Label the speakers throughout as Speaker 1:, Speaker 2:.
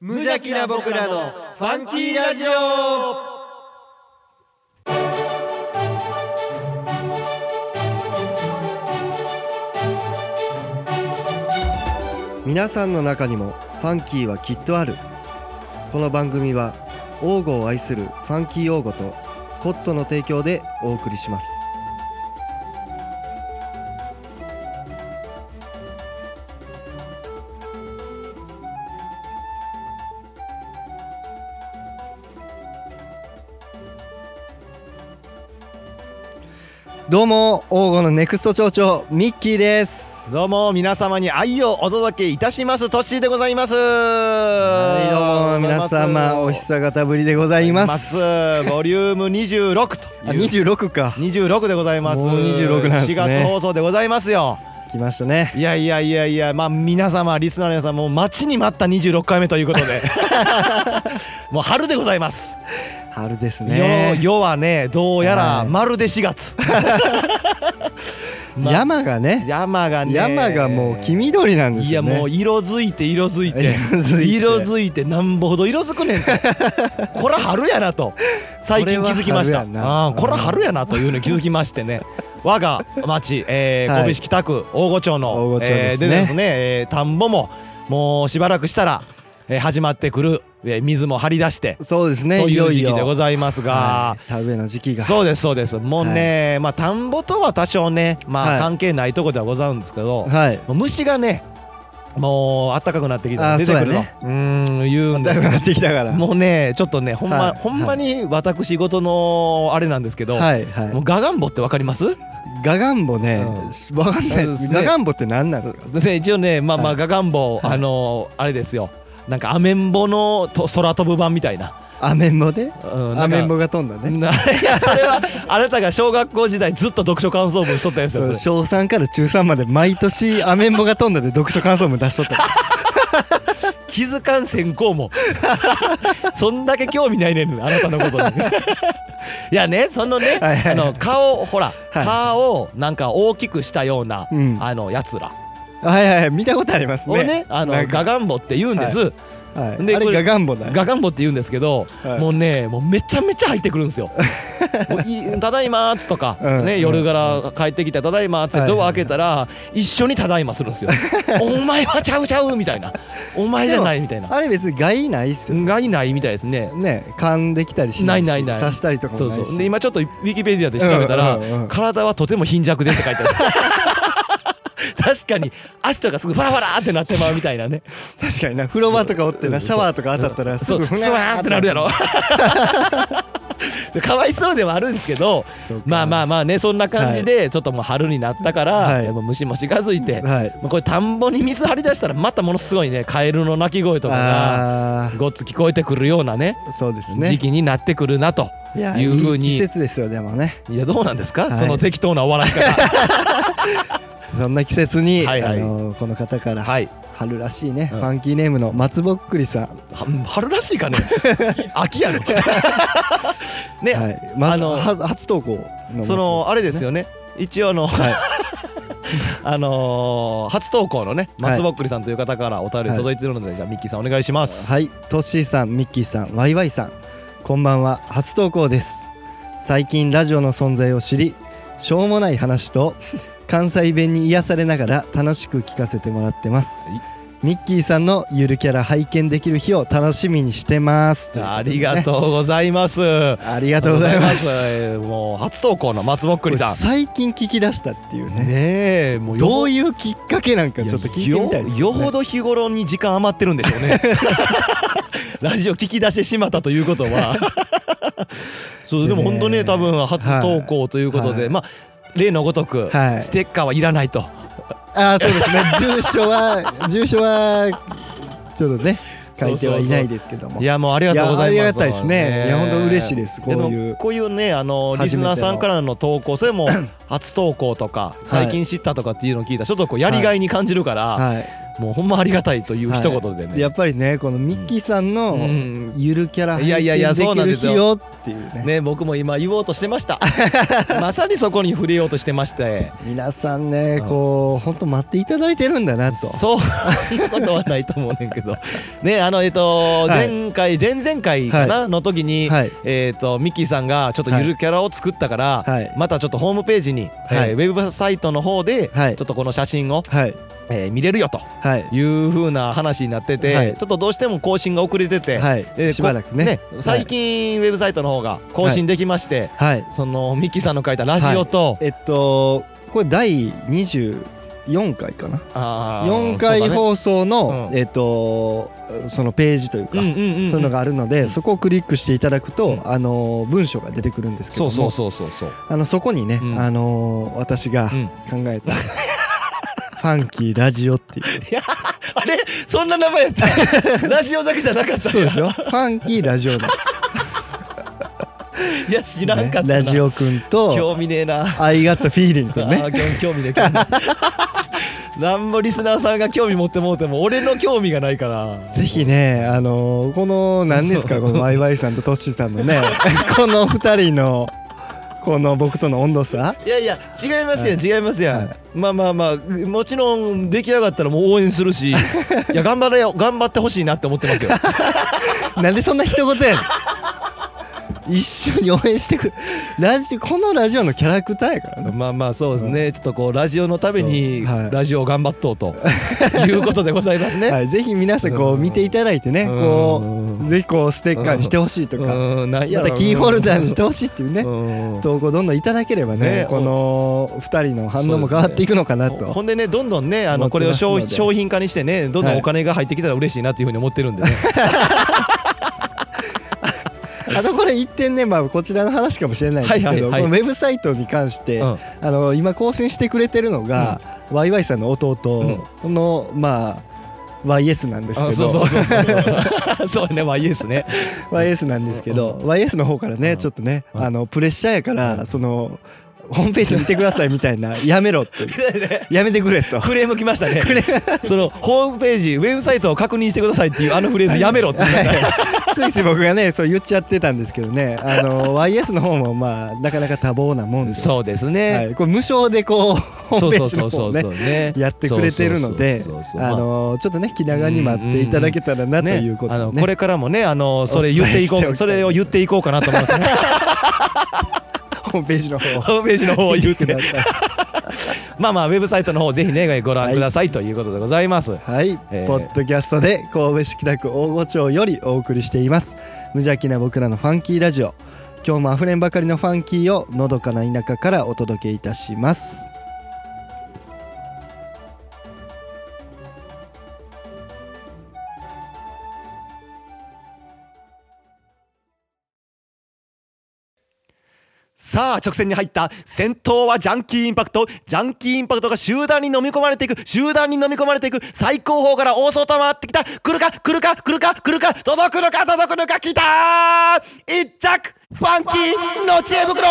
Speaker 1: 無邪気な僕らのファンキーラジオ皆さんの中にもファンキーはきっとあるこの番組は王語を愛するファンキー王語とコットの提供でお送りしますどうも王語のネクスト町長ミッキーです
Speaker 2: どうも皆様に愛をお届けいたしますトッシーでございます
Speaker 1: はいどうも皆様お久方ぶりでござい
Speaker 2: ま
Speaker 1: ます
Speaker 2: すボリューム26
Speaker 1: あ
Speaker 2: という
Speaker 1: 26か
Speaker 2: 26でございます
Speaker 1: もう26なんですね
Speaker 2: 4月放送でございますよ
Speaker 1: 来ましたね
Speaker 2: いやいやいやいやまあ皆様リスナーの皆さんもう待ちに待った26回目ということ でもう春でございます、
Speaker 1: 春です
Speaker 2: ね、
Speaker 1: ね
Speaker 2: 世はねどうや
Speaker 1: は
Speaker 2: ら
Speaker 1: い
Speaker 2: まるで4月ま
Speaker 1: 山がね
Speaker 2: 山がね
Speaker 1: 山がもう黄緑なんで
Speaker 2: い
Speaker 1: す
Speaker 2: や
Speaker 1: よね
Speaker 2: もう色づいて色づいて
Speaker 1: 色づいて
Speaker 2: 色づいてなんぼほど色づくねんと こら春やなと最近気づきました
Speaker 1: これは春やな
Speaker 2: あーこら春やなというのに気づきましてね我が町、えー
Speaker 1: はい
Speaker 2: 神戸市北区大御町の
Speaker 1: 大御町ですね
Speaker 2: えーでですね、えー田んぼももうしばらくしたら、えー始まってくる、えー水も張り出して、
Speaker 1: そうですね
Speaker 2: と
Speaker 1: い
Speaker 2: い
Speaker 1: よ
Speaker 2: う
Speaker 1: い
Speaker 2: 時期でご
Speaker 1: よ
Speaker 2: ざいますが。
Speaker 1: はい田植えの時期が
Speaker 2: そうですそうですもうね、まあ田んぼとは多少ねま
Speaker 1: はい
Speaker 2: あ関係ないとこではござるんですけど、
Speaker 1: はい
Speaker 2: もう虫がねもう暖かくなってきた
Speaker 1: あー
Speaker 2: ら出てくると
Speaker 1: そううやね
Speaker 2: ーん言うん
Speaker 1: だ
Speaker 2: だ
Speaker 1: いぶなってきたから
Speaker 2: もうねちょっとねほんま、
Speaker 1: はい
Speaker 2: ほんまに私事のあれなんですけど、
Speaker 1: はいは
Speaker 2: もうガガンボってわかります
Speaker 1: いガガンボね
Speaker 2: う
Speaker 1: わかんないです
Speaker 2: そうですね
Speaker 1: ガガンボって何なんですか
Speaker 2: で一応ねまあま
Speaker 1: は
Speaker 2: あ
Speaker 1: い
Speaker 2: ガガンボ、
Speaker 1: はい
Speaker 2: あのあれですよなんかアメンボのと空飛ぶ版みたいな,、
Speaker 1: アメンボで
Speaker 2: うん、
Speaker 1: アメンボ
Speaker 2: ね
Speaker 1: が飛んだね
Speaker 2: いやそれはあなたが小学校時代ずっと読書感想文しとったやつ
Speaker 1: そう
Speaker 2: よそれ
Speaker 1: 小3から中3まで毎年アメンボが飛んだで読書感想文出しと ったから
Speaker 2: 気づかん先行も そんだけ興味ないねんあなたのことに いやねそのね
Speaker 1: はいはい
Speaker 2: あの顔ほら、
Speaker 1: い
Speaker 2: 顔をなんか大きくしたような、
Speaker 1: うん
Speaker 2: あのやつら
Speaker 1: はいはいはい見たことあります
Speaker 2: を
Speaker 1: ね
Speaker 2: ねあの
Speaker 1: なんか
Speaker 2: ガガンボって言うんです、
Speaker 1: はい
Speaker 2: で
Speaker 1: あ
Speaker 2: こ
Speaker 1: れ
Speaker 2: れ
Speaker 1: ガガンボだよ
Speaker 2: ガガンボって言うんですけど、
Speaker 1: はい
Speaker 2: もうねもうめちゃめちゃ入ってくるんですよ。もういただいまーっつとか、
Speaker 1: うん
Speaker 2: ね、
Speaker 1: うん
Speaker 2: 夜から帰ってきて「ただいま」っつってドア開けたら、一緒に「ただいまする んですよ。お前はちゃうちゃうみたいな「お前じゃない」みたいな
Speaker 1: あれ別に害ないっすよ
Speaker 2: がいないみたいですね。
Speaker 1: ね噛んできたりしないし
Speaker 2: ないないない
Speaker 1: 刺したりとか
Speaker 2: そ
Speaker 1: も
Speaker 2: う
Speaker 1: ないし
Speaker 2: そうで今ちょっとウィキペディアで調べたら、
Speaker 1: うんうんうんうん
Speaker 2: 体はとても貧弱 ですって書いてある確かに足とかすぐファラファラってなってまうみたいなね
Speaker 1: 確かにな風呂場とかおってなシャワーとか当たったらすぐ
Speaker 2: そうスワーってなるやろ かわいそうではあるんですけどまあまあまあねそんな感じでちょっともう春になったから、
Speaker 1: はい
Speaker 2: やっぱ虫も近づいて、
Speaker 1: はい
Speaker 2: まあこれ田んぼに水張り出したらまたものすごいねカエルの鳴き声とかが
Speaker 1: あ
Speaker 2: ごっつ聞こえてくるようなね
Speaker 1: ーそうですね
Speaker 2: 時期になってくるなと
Speaker 1: いや
Speaker 2: いうふう
Speaker 1: いい
Speaker 2: に
Speaker 1: 季節ですよでもね
Speaker 2: いやどうなんですか、
Speaker 1: はい
Speaker 2: その適当な笑 い方
Speaker 1: そんな季節に、
Speaker 2: はいはい
Speaker 1: あのーこの方から、
Speaker 2: はい
Speaker 1: 春らしいね、
Speaker 2: うん
Speaker 1: ファンキーネームの松ぼっくりさん、
Speaker 2: は春らしいか ね秋やろね、
Speaker 1: はいま、あ
Speaker 2: あの
Speaker 1: の初投稿の松ぼっくり
Speaker 2: そのあれですよね一応あの、
Speaker 1: はい
Speaker 2: あのー初投稿のね松ぼっくりさんという方からお便り届いてるので、じゃあミッキーさんお願いします。
Speaker 1: はい、トッシーさん、ミッキーさん、ワイワイさん、こんばんは、初投稿です。最近ラジオの存在を知り、しょうもない話と関西弁に癒されながら楽しく聞かせてもらってます。
Speaker 2: はい
Speaker 1: ミッキーさんのゆるキャラ拝見できる日を楽しみにしてます。
Speaker 2: じゃあありが
Speaker 1: う
Speaker 2: とうございます。あ
Speaker 1: ことでね。ありがとうございます。
Speaker 2: りがとうございます。えーもう初投稿の松ぼっくりさ
Speaker 1: これ
Speaker 2: ん。
Speaker 1: 最近聞き出したっていうね。
Speaker 2: ねえもうよ
Speaker 1: どういうきっかけなんかちょっと聞いてみたいですね、
Speaker 2: よよほど日頃に時間余ってるんでしょう ねラジオ聞き出してしまったということ はそうでも本当
Speaker 1: でね
Speaker 2: ね多分初投稿ということで、
Speaker 1: はい
Speaker 2: まあ例のごとく、
Speaker 1: はい
Speaker 2: ステッカーはいらないと
Speaker 1: ああそうですね 住所は住所はちょっとね書いてはいないですけども
Speaker 2: いやもうありがとうございます
Speaker 1: いやありがたいですねいや本当嬉しいですこういう
Speaker 2: もこういうねあのリスナーさんからの投稿それも初投稿とか
Speaker 1: い
Speaker 2: 最近知ったとかっていうのを聞いたらちょっとこうやりがいに感じるから、
Speaker 1: はい
Speaker 2: もうほんまありがたいという一言でね、
Speaker 1: やっぱりねこのミッキーさんの
Speaker 2: うん
Speaker 1: ゆるキャラ
Speaker 2: いやいやいや
Speaker 1: 拝見
Speaker 2: そうなんですよ
Speaker 1: きる日っていうね
Speaker 2: ね僕も今言おうとしてました まさにそこに触れようとしてまして
Speaker 1: 皆さんね
Speaker 2: うん
Speaker 1: こう本当待っていただいてるんだなと
Speaker 2: そうそんなことはないと思うねんけどねあのえっ、と、
Speaker 1: はい
Speaker 2: 前回前々回かな、の時に、
Speaker 1: はい
Speaker 2: えっ、とミッキーさんがちょっとゆるキャラを作ったから、
Speaker 1: はい
Speaker 2: またちょっとホームページに、
Speaker 1: はい
Speaker 2: えーウェブサイトの方で、
Speaker 1: はい
Speaker 2: ちょっとこの写真を、
Speaker 1: はい
Speaker 2: えー見れるよと
Speaker 1: はい
Speaker 2: いう風な話になってて、
Speaker 1: はい
Speaker 2: ちょっとどうしても更新が遅れてて、
Speaker 1: はい
Speaker 2: えーこ
Speaker 1: しばらくね
Speaker 2: 最近、ウェブサイトの方が更新できまして、
Speaker 1: はい
Speaker 2: そのミッキーさんの書いたラジオと、
Speaker 1: えっとこれ第24回かな
Speaker 2: あー
Speaker 1: 4回放送の、
Speaker 2: うん
Speaker 1: えっとそのページという
Speaker 2: そう
Speaker 1: か、
Speaker 2: だねうんうんうんうん
Speaker 1: そういうのがあるので、
Speaker 2: うん
Speaker 1: そこをクリックしていただくと、
Speaker 2: うん
Speaker 1: あの文章が出てくるんですけど
Speaker 2: そ
Speaker 1: も
Speaker 2: うそうそうそうそう
Speaker 1: あのそこにね、
Speaker 2: うん
Speaker 1: あの私が
Speaker 2: うん
Speaker 1: 考えた、 ファンキーラジオっていう
Speaker 2: あれそんな名前やった ラジオだけじゃなかった
Speaker 1: そうですよファンキーラジオの、
Speaker 2: いや知らんか ったな、
Speaker 1: ラジオくんと
Speaker 2: 興味ねえ
Speaker 1: 「
Speaker 2: な
Speaker 1: I got feeling」くん
Speaker 2: あ
Speaker 1: ね
Speaker 2: ー興興味ね興味ね なんもリスナーさんが興味持ってもうても俺の興味がないから
Speaker 1: ぜひねあのこの何ですかこのワイワイさんとトッシーさんの ねこの二人のこの僕との温度差
Speaker 2: いやいや違いますやん、違いますやん、
Speaker 1: は
Speaker 2: まあまあまあもちろん出来上がったらもう応援 するしいや頑張れよ頑張ってほしいなって思ってますよ
Speaker 1: なんでそんな一言やねん一緒に応援してくれラジこのラジオのキャラクターやからね
Speaker 2: まあまあそうですね、ちょっとこうラジオのために
Speaker 1: そうはい
Speaker 2: ラジオを頑張っとう ということでございますね、
Speaker 1: はい、ぜひ皆さんこう
Speaker 2: うん
Speaker 1: 見ていただいてね
Speaker 2: うん
Speaker 1: こうぜひこうステッカーにしてほしいとか
Speaker 2: うんなんや
Speaker 1: ま
Speaker 2: ろ
Speaker 1: たキーホルダーにしてほしいっていうね
Speaker 2: うん
Speaker 1: 投稿どんどんいただければね
Speaker 2: ね
Speaker 1: この2人の反応も変わっていくのかな
Speaker 2: ほ
Speaker 1: と
Speaker 2: んでねどんどんね
Speaker 1: 思
Speaker 2: あ
Speaker 1: っ
Speaker 2: の
Speaker 1: て
Speaker 2: これを
Speaker 1: ますの
Speaker 2: 商
Speaker 1: で
Speaker 2: 品商品化にしてねどんど
Speaker 1: はい
Speaker 2: んお金が入ってきたら嬉しいなっていうふうに思ってるんでね、
Speaker 1: あとこれ一点ねまあこちらの話かもしれないんですけど
Speaker 2: はい
Speaker 1: こ
Speaker 2: はい
Speaker 1: の
Speaker 2: はい
Speaker 1: ウェブサイトに関して
Speaker 2: うん
Speaker 1: あの今更新してくれてるのがワイワイさんの弟のまあ YS なんです
Speaker 2: あ
Speaker 1: け
Speaker 2: そう
Speaker 1: ど
Speaker 2: そうそう そうそうねまあいいですね
Speaker 1: YS なんですけど、
Speaker 2: う
Speaker 1: YS の方からね、
Speaker 2: うん
Speaker 1: ちょっとね、
Speaker 2: うん
Speaker 1: あのプレッシャーやから、そのホームページ見てくださいみたい なやめろってやめてくれと
Speaker 2: クレーム来ましたねそのホームページウェブサイトを確認してくださいっていうあのフレーズやめろって言いました
Speaker 1: ついつい僕がねそう言っちゃってたんですけどねあの YS の方もまあなかなか多忙なもんで
Speaker 2: そうです
Speaker 1: は
Speaker 2: ね、
Speaker 1: い、これ無償でこうホー
Speaker 2: そ
Speaker 1: ムペ
Speaker 2: うそ
Speaker 1: ー
Speaker 2: う
Speaker 1: ジ
Speaker 2: そ
Speaker 1: の
Speaker 2: うそ
Speaker 1: 方
Speaker 2: う
Speaker 1: ね
Speaker 2: そうね
Speaker 1: やってくれてるので
Speaker 2: そうそうそうそう
Speaker 1: あのちょっとね気長に待っていただけたらなと
Speaker 2: ね
Speaker 1: いうこと
Speaker 2: あ
Speaker 1: で、ね
Speaker 2: のこれからもねあのそれ言っていこ
Speaker 1: お伝えしておき
Speaker 2: う
Speaker 1: た
Speaker 2: そ
Speaker 1: い
Speaker 2: れを言っていこうかなと思って、ね、
Speaker 1: ホームページの方を
Speaker 2: ホームページの方を言っ
Speaker 1: 見
Speaker 2: て
Speaker 1: ください
Speaker 2: まあまあウェブサイトの方ぜひねご覧くださいということでございます、
Speaker 1: はい、
Speaker 2: えー
Speaker 1: ポッドキャストで神戸市北区大御町よりお送りしています無邪気な僕らのファンキーラジオ今日もあふれんばかりのファンキーをのどかな田舎からお届けいたします
Speaker 2: さあ直線に入った先頭はジャンキーインパクトジャンキーインパクトが集団に飲み込まれていく集団に飲み込まれていく最高峰から大外回ってきた来るか来るか来るか来るか届くのか届くのか来たー一着ファンキーの知恵袋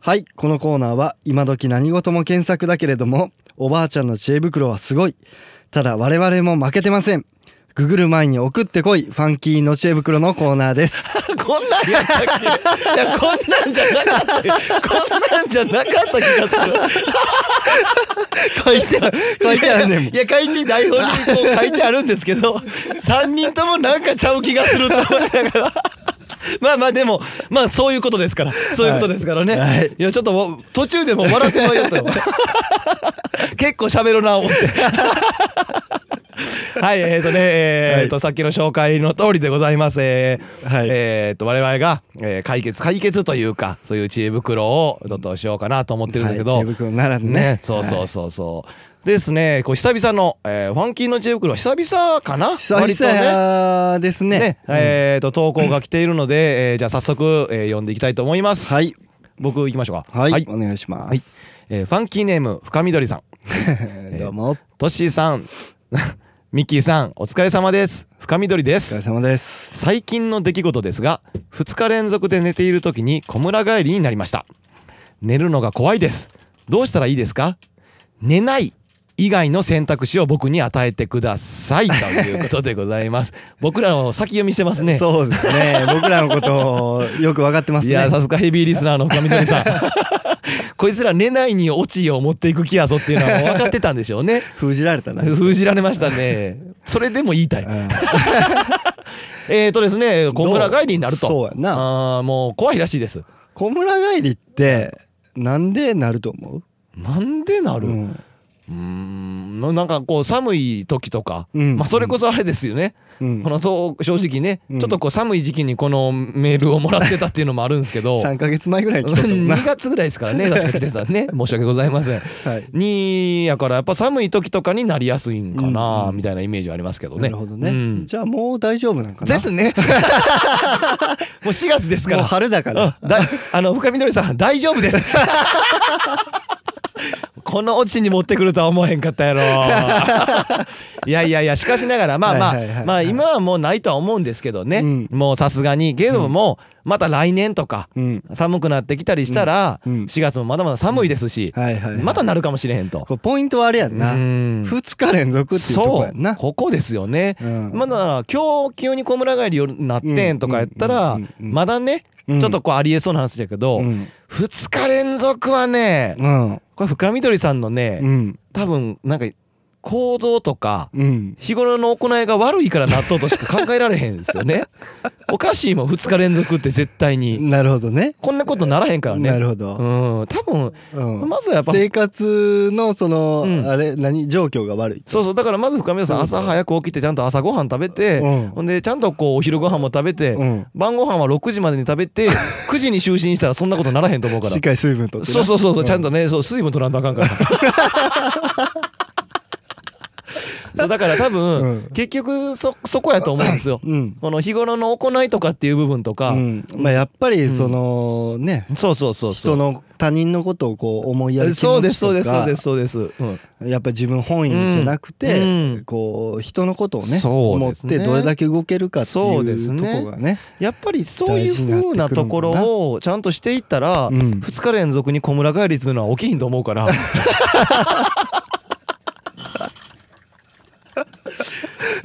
Speaker 1: はいこのコーナーは今時何事も検索だけれどもおばあちゃんの知恵袋はすごいただ我々も負けてませんググる前に送ってこいファンキーの知恵袋のコーナーです
Speaker 2: こんなん やったっけいやこんなんじゃなかったよこんなんじゃ なかった気がする
Speaker 1: 書いてある書いてあるねんもん
Speaker 2: いや書いて台本にこう書いてあるんですけ ど3人ともなんかちゃう気がすると思いながら。まあまあでもまあそういうことですからそういうことですからね、
Speaker 1: はい
Speaker 2: い、やちょっともう途中でもう笑ってまいよったよ結構喋るな思 ってはいえっ、とねえーとさっきの紹介の通りでございますえー
Speaker 1: はい
Speaker 2: えーと我々が、えー解決解決というかそういう知恵袋をちょっとしようかなと思ってるんだけど、
Speaker 1: はい、知恵袋ならぬね
Speaker 2: ね、そうそうそうそう。ですね、こう久々の、えーファンキーの知恵袋は久々かな
Speaker 1: 久々ですね
Speaker 2: 割とね。ね、えーと投稿が来ているので、えーじゃあ早速、えー読んでいきたいと思います。
Speaker 1: はい。
Speaker 2: 僕行きましょうか。
Speaker 1: はい、お願いしま
Speaker 2: はい
Speaker 1: す。
Speaker 2: えーファンキーネーム深緑さん、
Speaker 1: どうも。
Speaker 2: トッシーさん、 ミッキーさんお疲れ様です深緑
Speaker 1: お
Speaker 2: で
Speaker 1: 疲れ
Speaker 2: す
Speaker 1: 様です
Speaker 2: 最近の出来事ですが2日連続で寝ている時に小村帰りになりました寝るのが怖いですどうしたらいいですか寝ない以外の選択肢を僕に与えてくださいということでございます 僕らの先読みしてますね
Speaker 1: そうです ね僕らのことをよく分かってます
Speaker 2: い
Speaker 1: ね
Speaker 2: やさすがヘビーリスナーの深緑さん こいつら寝ないに落ちを持っていく気やぞっていうのはもう分かってたんでしょ うね
Speaker 1: 封じられたな、うん
Speaker 2: 封じられましたねそれでも言いたいえーとですね小村帰りになると
Speaker 1: そうやな
Speaker 2: あーもう怖いらしいです
Speaker 1: 小村帰りってなんでなると思う
Speaker 2: なんでなる
Speaker 1: う
Speaker 2: うんーんなんかこう寒い時とか、
Speaker 1: うん
Speaker 2: まあ、それこそあれですよね、
Speaker 1: うん
Speaker 2: このと正直ね、
Speaker 1: うん
Speaker 2: ちょっとこう寒い時期にこのメールをもらってたっていうのもあるんです けど
Speaker 1: 3か月前ぐらいに来たと思うな
Speaker 2: 2月ぐらいですか らね確か来てたね申し訳ございません。
Speaker 1: はい
Speaker 2: にやからやっぱ寒い時とかになりやすいんか
Speaker 1: うん
Speaker 2: な
Speaker 1: うん
Speaker 2: みたいなイメージはありますけどね。
Speaker 1: なるほどね、
Speaker 2: うん
Speaker 1: じゃあもう大丈夫なんかな
Speaker 2: です ね。もう4月ですか
Speaker 1: もう
Speaker 2: ら。
Speaker 1: 春だから
Speaker 2: うんだ あの深緑さん大丈 夫です。このオチに持ってくるとは思えへんかった やろ。いやいやいやしかしながらまあま
Speaker 1: は
Speaker 2: あ、
Speaker 1: いはいはい
Speaker 2: まあ今はもうないとは思うんですけどね。
Speaker 1: うん
Speaker 2: もうさすがにけども、また来年とか
Speaker 1: うん
Speaker 2: 寒くなってきたりしたら、
Speaker 1: うんうん
Speaker 2: 4月もまだまだ寒いですし、
Speaker 1: はいはい、はい、
Speaker 2: またなるかもしれへんと。
Speaker 1: こうポイントはあれやんな
Speaker 2: うん
Speaker 1: 2日連続っていうとこ
Speaker 2: そ
Speaker 1: やん
Speaker 2: う
Speaker 1: な
Speaker 2: ここですよね。
Speaker 1: うん
Speaker 2: まだ今日急に小村帰り夜なってんとかやったら
Speaker 1: うんうんうんうん
Speaker 2: まだねち
Speaker 1: う
Speaker 2: ょ
Speaker 1: ん
Speaker 2: っとこうありえそうな話だけど
Speaker 1: うん
Speaker 2: 2日連続はね
Speaker 1: うん
Speaker 2: これ深緑さんの
Speaker 1: う
Speaker 2: ね
Speaker 1: ん
Speaker 2: 多分なんか行動とか
Speaker 1: うん
Speaker 2: 日頃の行いが悪いから納豆としか考えられへんです よね。おかしいもん2日連続って絶対に
Speaker 1: なるほどね
Speaker 2: こんなことならへんから
Speaker 1: な
Speaker 2: ね。
Speaker 1: るほ
Speaker 2: う
Speaker 1: ど、
Speaker 2: ん多分
Speaker 1: うん
Speaker 2: まずはやっぱ
Speaker 1: 生活のその、
Speaker 2: うん
Speaker 1: あれ何状況が悪い
Speaker 2: そうそうだからまず深緑さん朝早く起きてちゃんと朝ごはん食べて
Speaker 1: うん
Speaker 2: ほんでちゃんとこうお昼ご飯も食べて
Speaker 1: うん
Speaker 2: 晩ご飯は6時までに食べ て9時に就寝したらそんなことならへんと思うから
Speaker 1: しっかり水分とってな
Speaker 2: そうそうそうそうちゃん
Speaker 1: と
Speaker 2: とねそう水分取らんとあか んからそうだから多分、
Speaker 1: うん
Speaker 2: 結局そそこやと思うんですよ
Speaker 1: うん
Speaker 2: この日頃の行いとかっていう部分とか、
Speaker 1: うんまあやっぱりその、ね
Speaker 2: そうそうそうそ
Speaker 1: 人
Speaker 2: う
Speaker 1: の他人のことをこう思いやる気持ちとか
Speaker 2: そうですそうですそうですそうです、うん
Speaker 1: やっぱり自分本位じゃなくて、
Speaker 2: うんうん
Speaker 1: こう人のことをね
Speaker 2: そう
Speaker 1: 思
Speaker 2: で
Speaker 1: っ
Speaker 2: すね
Speaker 1: てどれだけ動けるかって
Speaker 2: そうで
Speaker 1: い
Speaker 2: す
Speaker 1: う
Speaker 2: ね
Speaker 1: とこがね
Speaker 2: やっぱりそういうふうなところをちゃんとしていったら、
Speaker 1: うん
Speaker 2: 2日連続に小村帰りっていうのは起きひんと思 うから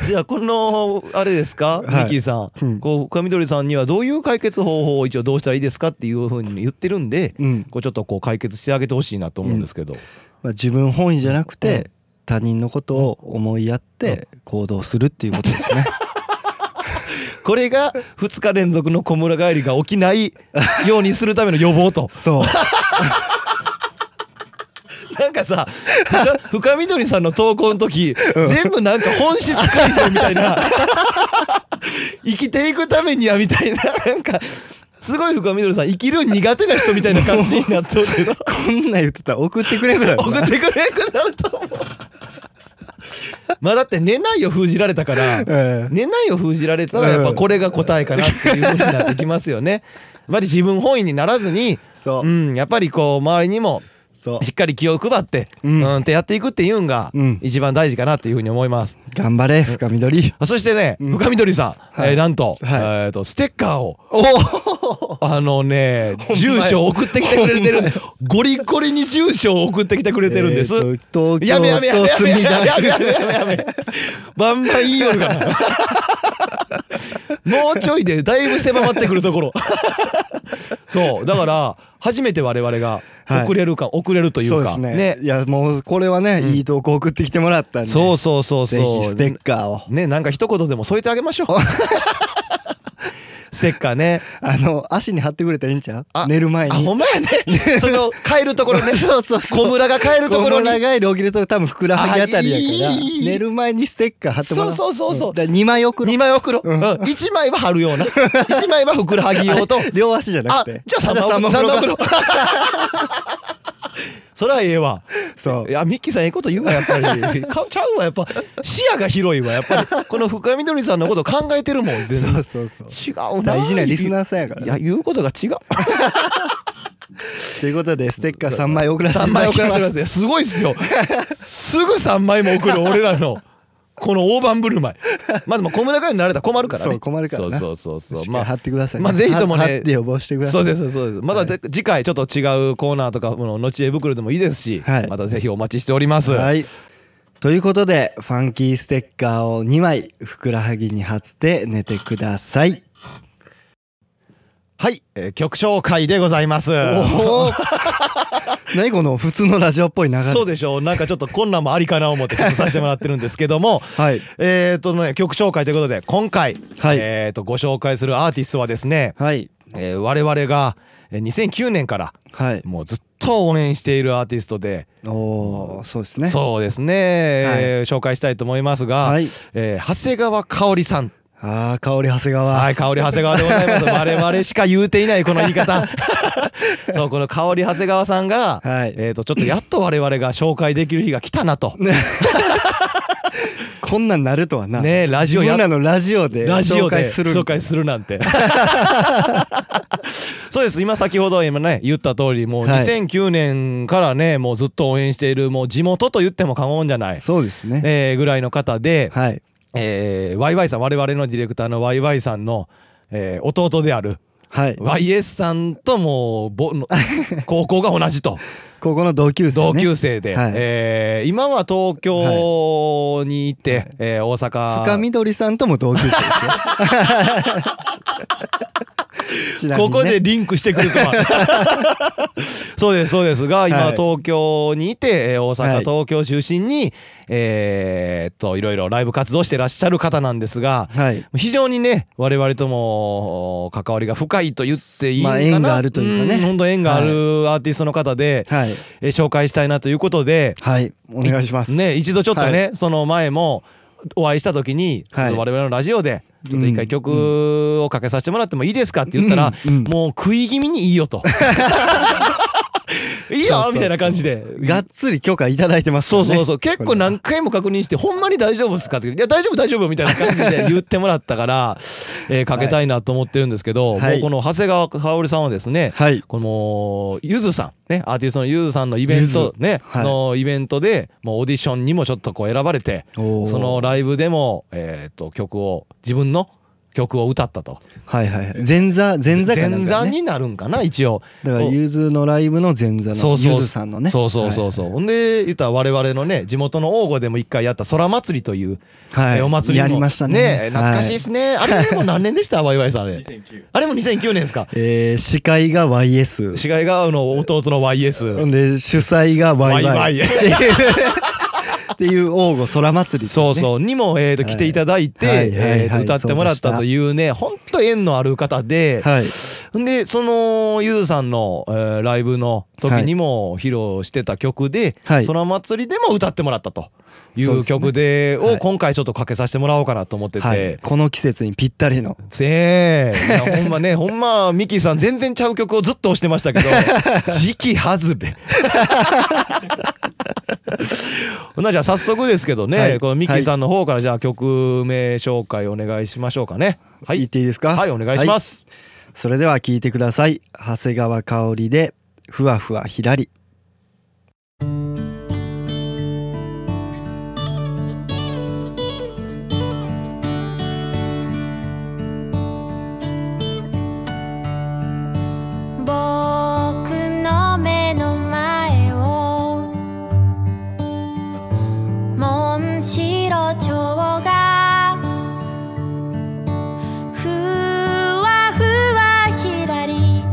Speaker 2: じゃあこのあれですか、
Speaker 1: はい
Speaker 2: ミッキーさん、
Speaker 1: うん
Speaker 2: こう深緑さんにはどういう解決方法を一応どうしたらいいですかっていうふうに言ってるんで、
Speaker 1: うん
Speaker 2: こうちょっとこう解決してあげてほしいなと思うんですけど、
Speaker 1: まあ、自分本位じゃなくて、
Speaker 2: うん
Speaker 1: 他人のことを思いやって行動するっていうことです ね
Speaker 2: これが2日連続の小村帰りが起きないようにするための予防と
Speaker 1: そう
Speaker 2: なんかさ深深緑さんの投稿の時、全部なんか本質改正みたいな生きていくためにはみたいななんかすごい深緑さん生きる苦手な人みたいな感じになっとるけど
Speaker 1: こんなん言ってたら送ってくれるから
Speaker 2: 送ってくれなくなると思うまあだって寝ないを封じられたから、
Speaker 1: ええ
Speaker 2: 寝ないを封じられたらやっぱこれが答えかなっていうふうになってきますよね。やっぱり自分本位にならずに
Speaker 1: そう、
Speaker 2: うん、やっぱりこう周りにも
Speaker 1: そう
Speaker 2: しっかり気を配って、う、
Speaker 1: うんん
Speaker 2: ってやっていくっていうんが
Speaker 1: うん
Speaker 2: 一番大事かなっていうふうに思います。
Speaker 1: 頑張れ深緑
Speaker 2: あそしてね、
Speaker 1: うん
Speaker 2: 深緑さん、
Speaker 1: はい
Speaker 2: えーなんと、
Speaker 1: はい
Speaker 2: えっ、とステッカーを
Speaker 1: お
Speaker 2: あのね
Speaker 1: まや
Speaker 2: 住所送ってきてくれてるゴリゴリに住所を送ってきてくれてるんです。
Speaker 1: 東京
Speaker 2: やめやめやめ
Speaker 1: と
Speaker 2: や
Speaker 1: 墨
Speaker 2: めやめ
Speaker 1: 田
Speaker 2: や
Speaker 1: 区
Speaker 2: めやめやめやめバンバン言いよるからもうちょいでだいぶ狭まってくる ところそうだから初めて我々が
Speaker 1: はい
Speaker 2: 遅れるか遅れるとい
Speaker 1: そう
Speaker 2: う
Speaker 1: で
Speaker 2: か
Speaker 1: すねいやもうこれはね、いい投稿送ってきてもらったんで
Speaker 2: そうそうそう
Speaker 1: ぜ
Speaker 2: そう
Speaker 1: ひステッカーを
Speaker 2: ねなんか一言でも添えてあげ ましょうステッカーね
Speaker 1: あの足に貼ってくれたらいいんちゃう
Speaker 2: あ
Speaker 1: 寝る前
Speaker 2: あ
Speaker 1: に
Speaker 2: ほんま やねその帰るところね
Speaker 1: そうそうそう
Speaker 2: 小村が帰るところに
Speaker 1: 長いロギルと多分ふくらはぎあたりや
Speaker 2: あ
Speaker 1: か
Speaker 2: い
Speaker 1: ら
Speaker 2: い
Speaker 1: 寝る前にステッカー貼ってもらお
Speaker 2: そうそうそうそうん
Speaker 1: だ2枚送ろう
Speaker 2: 2枚送ろう、うん、1枚は貼るよ うな1枚はふくらはぎ用と
Speaker 1: 両足じゃな
Speaker 2: あ
Speaker 1: くて
Speaker 2: じゃあ3
Speaker 1: じ
Speaker 2: 万
Speaker 1: ゃあ
Speaker 2: 三
Speaker 1: 三
Speaker 2: 万
Speaker 1: 枚
Speaker 2: 送
Speaker 1: 送
Speaker 2: ろ
Speaker 1: ろ
Speaker 2: う そりゃええわ
Speaker 1: そう
Speaker 2: いやミッキーさんええこと言うわやっぱりかちゃうわやっぱ視野が広いわやっぱりこの深みどりさんのこと考えてるもん全
Speaker 1: そう
Speaker 2: 然
Speaker 1: そうそう
Speaker 2: 違うな
Speaker 1: 大事なリスナーさんやから
Speaker 2: いや言うことが違う
Speaker 1: ということでステッカー3枚送らせて
Speaker 2: 3
Speaker 1: いた
Speaker 2: 枚
Speaker 1: だき
Speaker 2: 送ら
Speaker 1: ま
Speaker 2: せてくだ
Speaker 1: す
Speaker 2: さいすごいですよすぐ3枚も送る俺らのこの大盤振る舞いまあでも小村会になれたら困るからね
Speaker 1: そう困るからな
Speaker 2: そうそうそ う
Speaker 1: しっ
Speaker 2: そう
Speaker 1: か
Speaker 2: ま
Speaker 1: り
Speaker 2: あ
Speaker 1: 貼ってください、
Speaker 2: まあぜひともね
Speaker 1: は貼って予防してくださ
Speaker 2: そ
Speaker 1: いう
Speaker 2: ですそうですまたで次回ちょっと違うコーナーとかも後絵袋でもいいですし、
Speaker 1: はい
Speaker 2: またぜひお待ちしております、
Speaker 1: はいということでファンキーステッカーを2枚ふくらはぎに貼って寝てください
Speaker 2: はい、えー曲紹介でございます
Speaker 1: おお何この普通のラジオっぽい流れ
Speaker 2: そうでしょうなんかちょっと困難もありかな思ってちょっとさせてもらってるんですけども
Speaker 1: はい
Speaker 2: えっとね曲紹介ということで今回、
Speaker 1: はい
Speaker 2: えっとご紹介するアーティストはですね、
Speaker 1: はい
Speaker 2: えー我々がえー2009年から
Speaker 1: はい
Speaker 2: もうずっと応援しているアーティストで、
Speaker 1: おおそうですね
Speaker 2: そうですね、えー紹介したいと思いますが、
Speaker 1: はい
Speaker 2: えー長谷川香織さん
Speaker 1: ああ香り長谷川
Speaker 2: はい、香り長谷川でございます。我々しか言うていないこの言 い方。そう、この香り長谷川さんが、
Speaker 1: はい
Speaker 2: えっ、と、ちょっとやっと我々が紹介できる日が来たなと。
Speaker 1: こんなんなるとはな
Speaker 2: ね、ラジ
Speaker 1: 自
Speaker 2: オや
Speaker 1: 分らのラジオで
Speaker 2: ラジオ
Speaker 1: 紹
Speaker 2: で
Speaker 1: 介する
Speaker 2: 紹介するな んて。そうです今先ほど今ね言った通りもう
Speaker 1: はい
Speaker 2: 2009年からねもうずっと応援しているもう地元と言っても過言じゃない、
Speaker 1: そうですね
Speaker 2: えーぐらいの方で、
Speaker 1: はい
Speaker 2: えー、ワイワイさん我々のディレクターのワイワイさんの、えー弟である
Speaker 1: はい、
Speaker 2: YS さんともう ぼの高校が同じと
Speaker 1: ここの同級生、ね、
Speaker 2: 同級生で、
Speaker 1: はい
Speaker 2: えー今は東京にいて、えー大阪
Speaker 1: 深緑さんとも同級生 ですよ ちなみにね
Speaker 2: ここでリンクしてくる とはそうですそうですが今
Speaker 1: はい
Speaker 2: 東京にいて、えー大阪、
Speaker 1: はい
Speaker 2: 東京中心にえーっといろいろライブ活動してらっしゃる方なんですが
Speaker 1: はい
Speaker 2: 非常にね我々とも関わりが深いと言っていいのかな、
Speaker 1: まあ縁があるというかね
Speaker 2: 本当縁があるアーティストの方で、
Speaker 1: はい
Speaker 2: えー紹介したいなということで、
Speaker 1: はいお願いします
Speaker 2: ね、一度ちょっとね、その前もお会いした時に、
Speaker 1: はい
Speaker 2: 我々のラジオでちょっと一回曲をかけさせてもらってもいいですかって言ったら、
Speaker 1: うんうん
Speaker 2: もう食い気味にいい よと。
Speaker 1: そうそうそ
Speaker 2: いいよ
Speaker 1: う
Speaker 2: みたいな感じで。
Speaker 1: がっつり許可いただいてます
Speaker 2: そ
Speaker 1: よ
Speaker 2: う
Speaker 1: ね
Speaker 2: そうそう結構何
Speaker 1: こ
Speaker 2: 回も確認してほんまに大丈夫っすかって「いや大丈夫大丈夫」みたいな感じ で言ってもらったから、えーかけたいなと思ってるんですけど、
Speaker 1: はい
Speaker 2: もうこの長谷川香織さんはですね、
Speaker 1: れはい
Speaker 2: このゆずさんねアーティストのゆずさんのイベン
Speaker 1: ゆ
Speaker 2: ト
Speaker 1: ず
Speaker 2: ね、
Speaker 1: はい
Speaker 2: のイベントでもうオーディションにもちょっとこう選ばれて
Speaker 1: おー
Speaker 2: そのライブでも、えー、と曲を自分の曲を歌ったと
Speaker 1: はいはいはい前座前座かなんか
Speaker 2: 前座
Speaker 1: ね
Speaker 2: になるんかな一応
Speaker 1: だからゆずのライブの前座
Speaker 2: そ
Speaker 1: の
Speaker 2: うそう
Speaker 1: ゆずさんのね
Speaker 2: そうそうそうそう、ほんで言ったら我々のね地元の王吾でも一回やった空祭りという、
Speaker 1: はい
Speaker 2: えーお祭りも
Speaker 1: やりましたね
Speaker 2: え懐かしいですね、あれでも何年でしたワイワイさんあれあれも2009年で すか
Speaker 1: えー司会が YS
Speaker 2: 市街側の弟の YS
Speaker 1: ほんで主催がワイワイ
Speaker 2: ワイワイ
Speaker 1: っていうっていう王吾空祭りってい
Speaker 2: そう
Speaker 1: ね
Speaker 2: そう、にも、えー、と
Speaker 1: はい
Speaker 2: 来ていただいて、
Speaker 1: はいはいはい
Speaker 2: えーと歌ってもらっ
Speaker 1: そうでしたた
Speaker 2: というねほんと縁のある方で、
Speaker 1: はい
Speaker 2: んでそのゆずさんの、えーライブの時にも披露してた曲で「
Speaker 1: はい
Speaker 2: 空祭り」でも歌ってもらったとい
Speaker 1: そうで
Speaker 2: う
Speaker 1: すね
Speaker 2: 曲で
Speaker 1: は
Speaker 2: を
Speaker 1: い
Speaker 2: 今回ちょっとかけさせてもらおうかなと思ってて。
Speaker 1: はいこの季節にぴったりの
Speaker 2: せーいやほんまね ほんまミキさん全然ちゃう曲をずっと押してましたけ ど時期外れ ほなじゃあ早速ですけどね、
Speaker 1: はい
Speaker 2: このミキさんの方からじゃあ曲名紹介お願いしましょうかねは
Speaker 1: 言っ
Speaker 2: い
Speaker 1: ていいですか
Speaker 2: はいお願い
Speaker 1: は
Speaker 2: します、
Speaker 1: それでは聞いてください長谷川香織でふわふわひらり
Speaker 3: 僕の目の前をモンシロチョウがふわふわひらり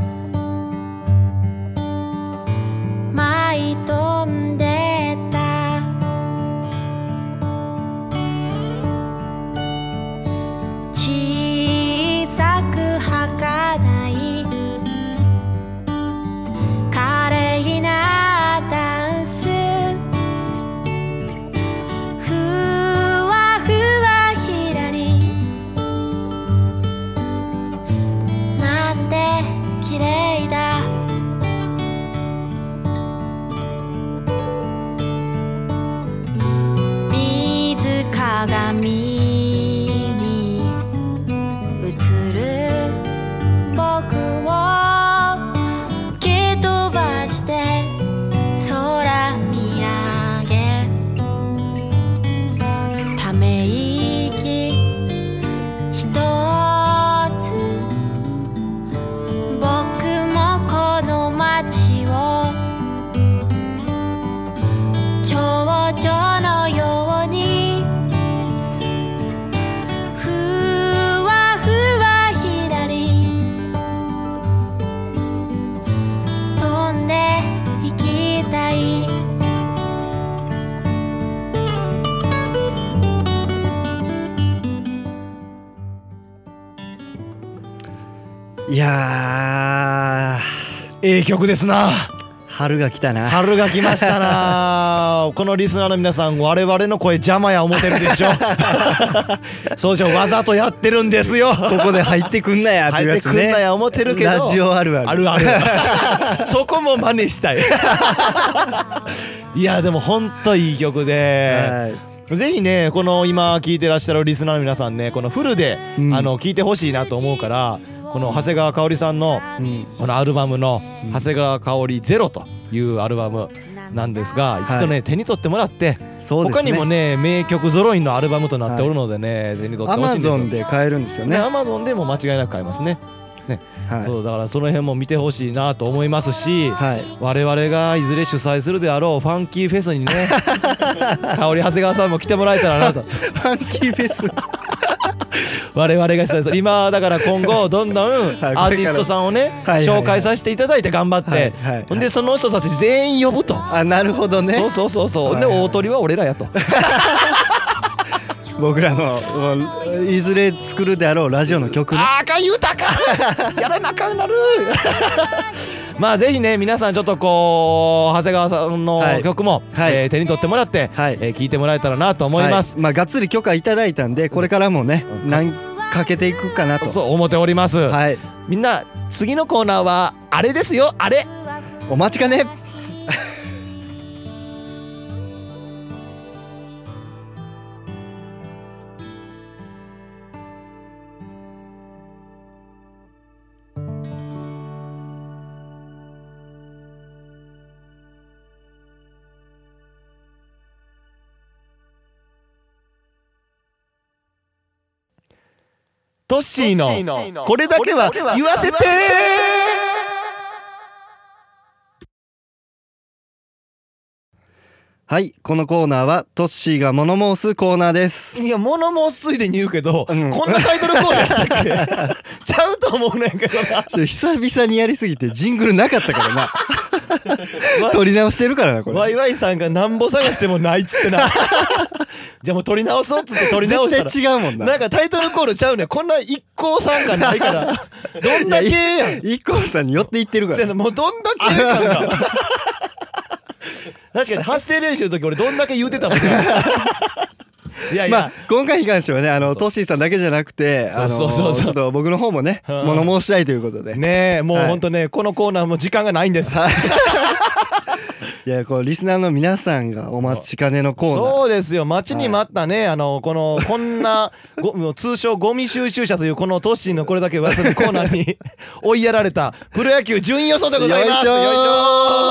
Speaker 3: 舞い飛んでった小さく儚い華麗なダンスふわふわひらりなんて綺麗だ水鏡に映る僕を蹴飛ばして空見上げため
Speaker 1: いや
Speaker 2: ええ曲ですな
Speaker 1: ー春が来たな
Speaker 2: 春が来ましたな このリスナーの皆さん我々の声邪魔や思ってる でしょそうじゃわざとやってるんですよ
Speaker 1: ここで入ってくんな やっていう
Speaker 2: 入っ
Speaker 1: や
Speaker 2: て
Speaker 1: つ
Speaker 2: くん
Speaker 1: ね
Speaker 2: なや思ってるけど
Speaker 1: ラジオあるある
Speaker 2: あるあ るそこも真似したい いやでもほんといい曲で
Speaker 1: はい
Speaker 2: ぜひねこの今聞いてらっしゃるリスナーの皆さんねこのフルで、
Speaker 1: うん
Speaker 2: あの聞いてほしいなと思うからこの長谷川香織さんの
Speaker 1: うん
Speaker 2: このアルバムの
Speaker 1: う
Speaker 2: 「
Speaker 1: ん
Speaker 2: 長谷川香織ゼロというアルバムなんですが
Speaker 1: い
Speaker 2: 一度ね、手に取ってもらって、
Speaker 1: そうですね
Speaker 2: 他にもね名曲揃いのアルバムとなっておるのでね、手に取って
Speaker 1: ア
Speaker 2: ほしい
Speaker 1: マ
Speaker 2: んです
Speaker 1: ゾ
Speaker 2: よ
Speaker 1: ンで買えるんですよね
Speaker 2: ねアマゾンでも間違いなく買えますね
Speaker 1: は
Speaker 2: そうだからその辺も見てほしいなと思いますし、
Speaker 1: いはい
Speaker 2: 我々がいずれ主催するであろうファンキーフェスにね 香織長谷川さんも来てもらえた らなと
Speaker 1: ファンキーフェス
Speaker 2: 我々が主催する今だから今後どんどんアーティストさんをね、
Speaker 1: はいはい
Speaker 2: 紹介させていただいて頑張って、
Speaker 1: はいはいはい
Speaker 2: ほんでその人たち全員呼ぶと、
Speaker 1: あなるほどね
Speaker 2: そうそうそうそう、
Speaker 1: はいはい
Speaker 2: で大鳥は俺らやと
Speaker 1: 僕らのもういずれ作るであろうラジオの曲ね
Speaker 2: ああかん言うたか やらなあかんなるまあぜひね皆さんちょっとこう長谷川さんの
Speaker 1: はい
Speaker 2: 曲も、
Speaker 1: はい
Speaker 2: えー手に取ってもらって、
Speaker 1: はい
Speaker 2: えー聞いてもらえたらなと思います、
Speaker 1: はまあがっつり許可いただいたんでこれからもね何かけていくかなと
Speaker 2: そう思っております、
Speaker 1: はい
Speaker 2: みんな次のコーナーはあれですよあれ
Speaker 1: お待ちかね
Speaker 2: トッシーの
Speaker 4: トッシーの
Speaker 2: これだけは言わせて
Speaker 1: はいこのコーナーはトッシーが物申すコーナーです
Speaker 2: いや物もついでに言うけど、
Speaker 1: うん
Speaker 2: こんなタイトルコールやったっ けちゃうと思うねんけどな
Speaker 1: ちょ久々にやりすぎてジングルなかったからな 撮り直してるからなこれ
Speaker 2: ワイワイさんがなんぼ探してもないっつ ってなじゃあもう撮り直そうっつって撮り直したら
Speaker 1: 絶対違うもんな
Speaker 2: なんかタイトルコールちゃうねんこんな一向参加ないから どんだけやん
Speaker 1: 一光さんに寄っていってるか
Speaker 2: せや
Speaker 1: ら
Speaker 2: なもうどんだけ言うたんだ 確かに発声練習の時俺どんだけ言うてたもん ねいやい
Speaker 1: まあ
Speaker 2: や、
Speaker 1: 今回に関してはねあのトッシーさんだけじゃなくてあの
Speaker 2: そうそうそうそう
Speaker 1: ちょっと僕の方もね
Speaker 2: うん
Speaker 1: 物申したいということで、
Speaker 2: ねえもう
Speaker 1: はい
Speaker 2: ほんとねこのコーナーも時間がないんです
Speaker 1: いやこうリスナーの皆さんがお待ちかねのコーナー
Speaker 2: そうですよ待ちに待ったね、あのこのこんなご もう通称ゴミ収集車というこのトッシーのこれだけ噂のコーナーに 追いやられたプロ野球順位予想でございます
Speaker 1: よい
Speaker 2: よいし
Speaker 1: し
Speaker 2: ょ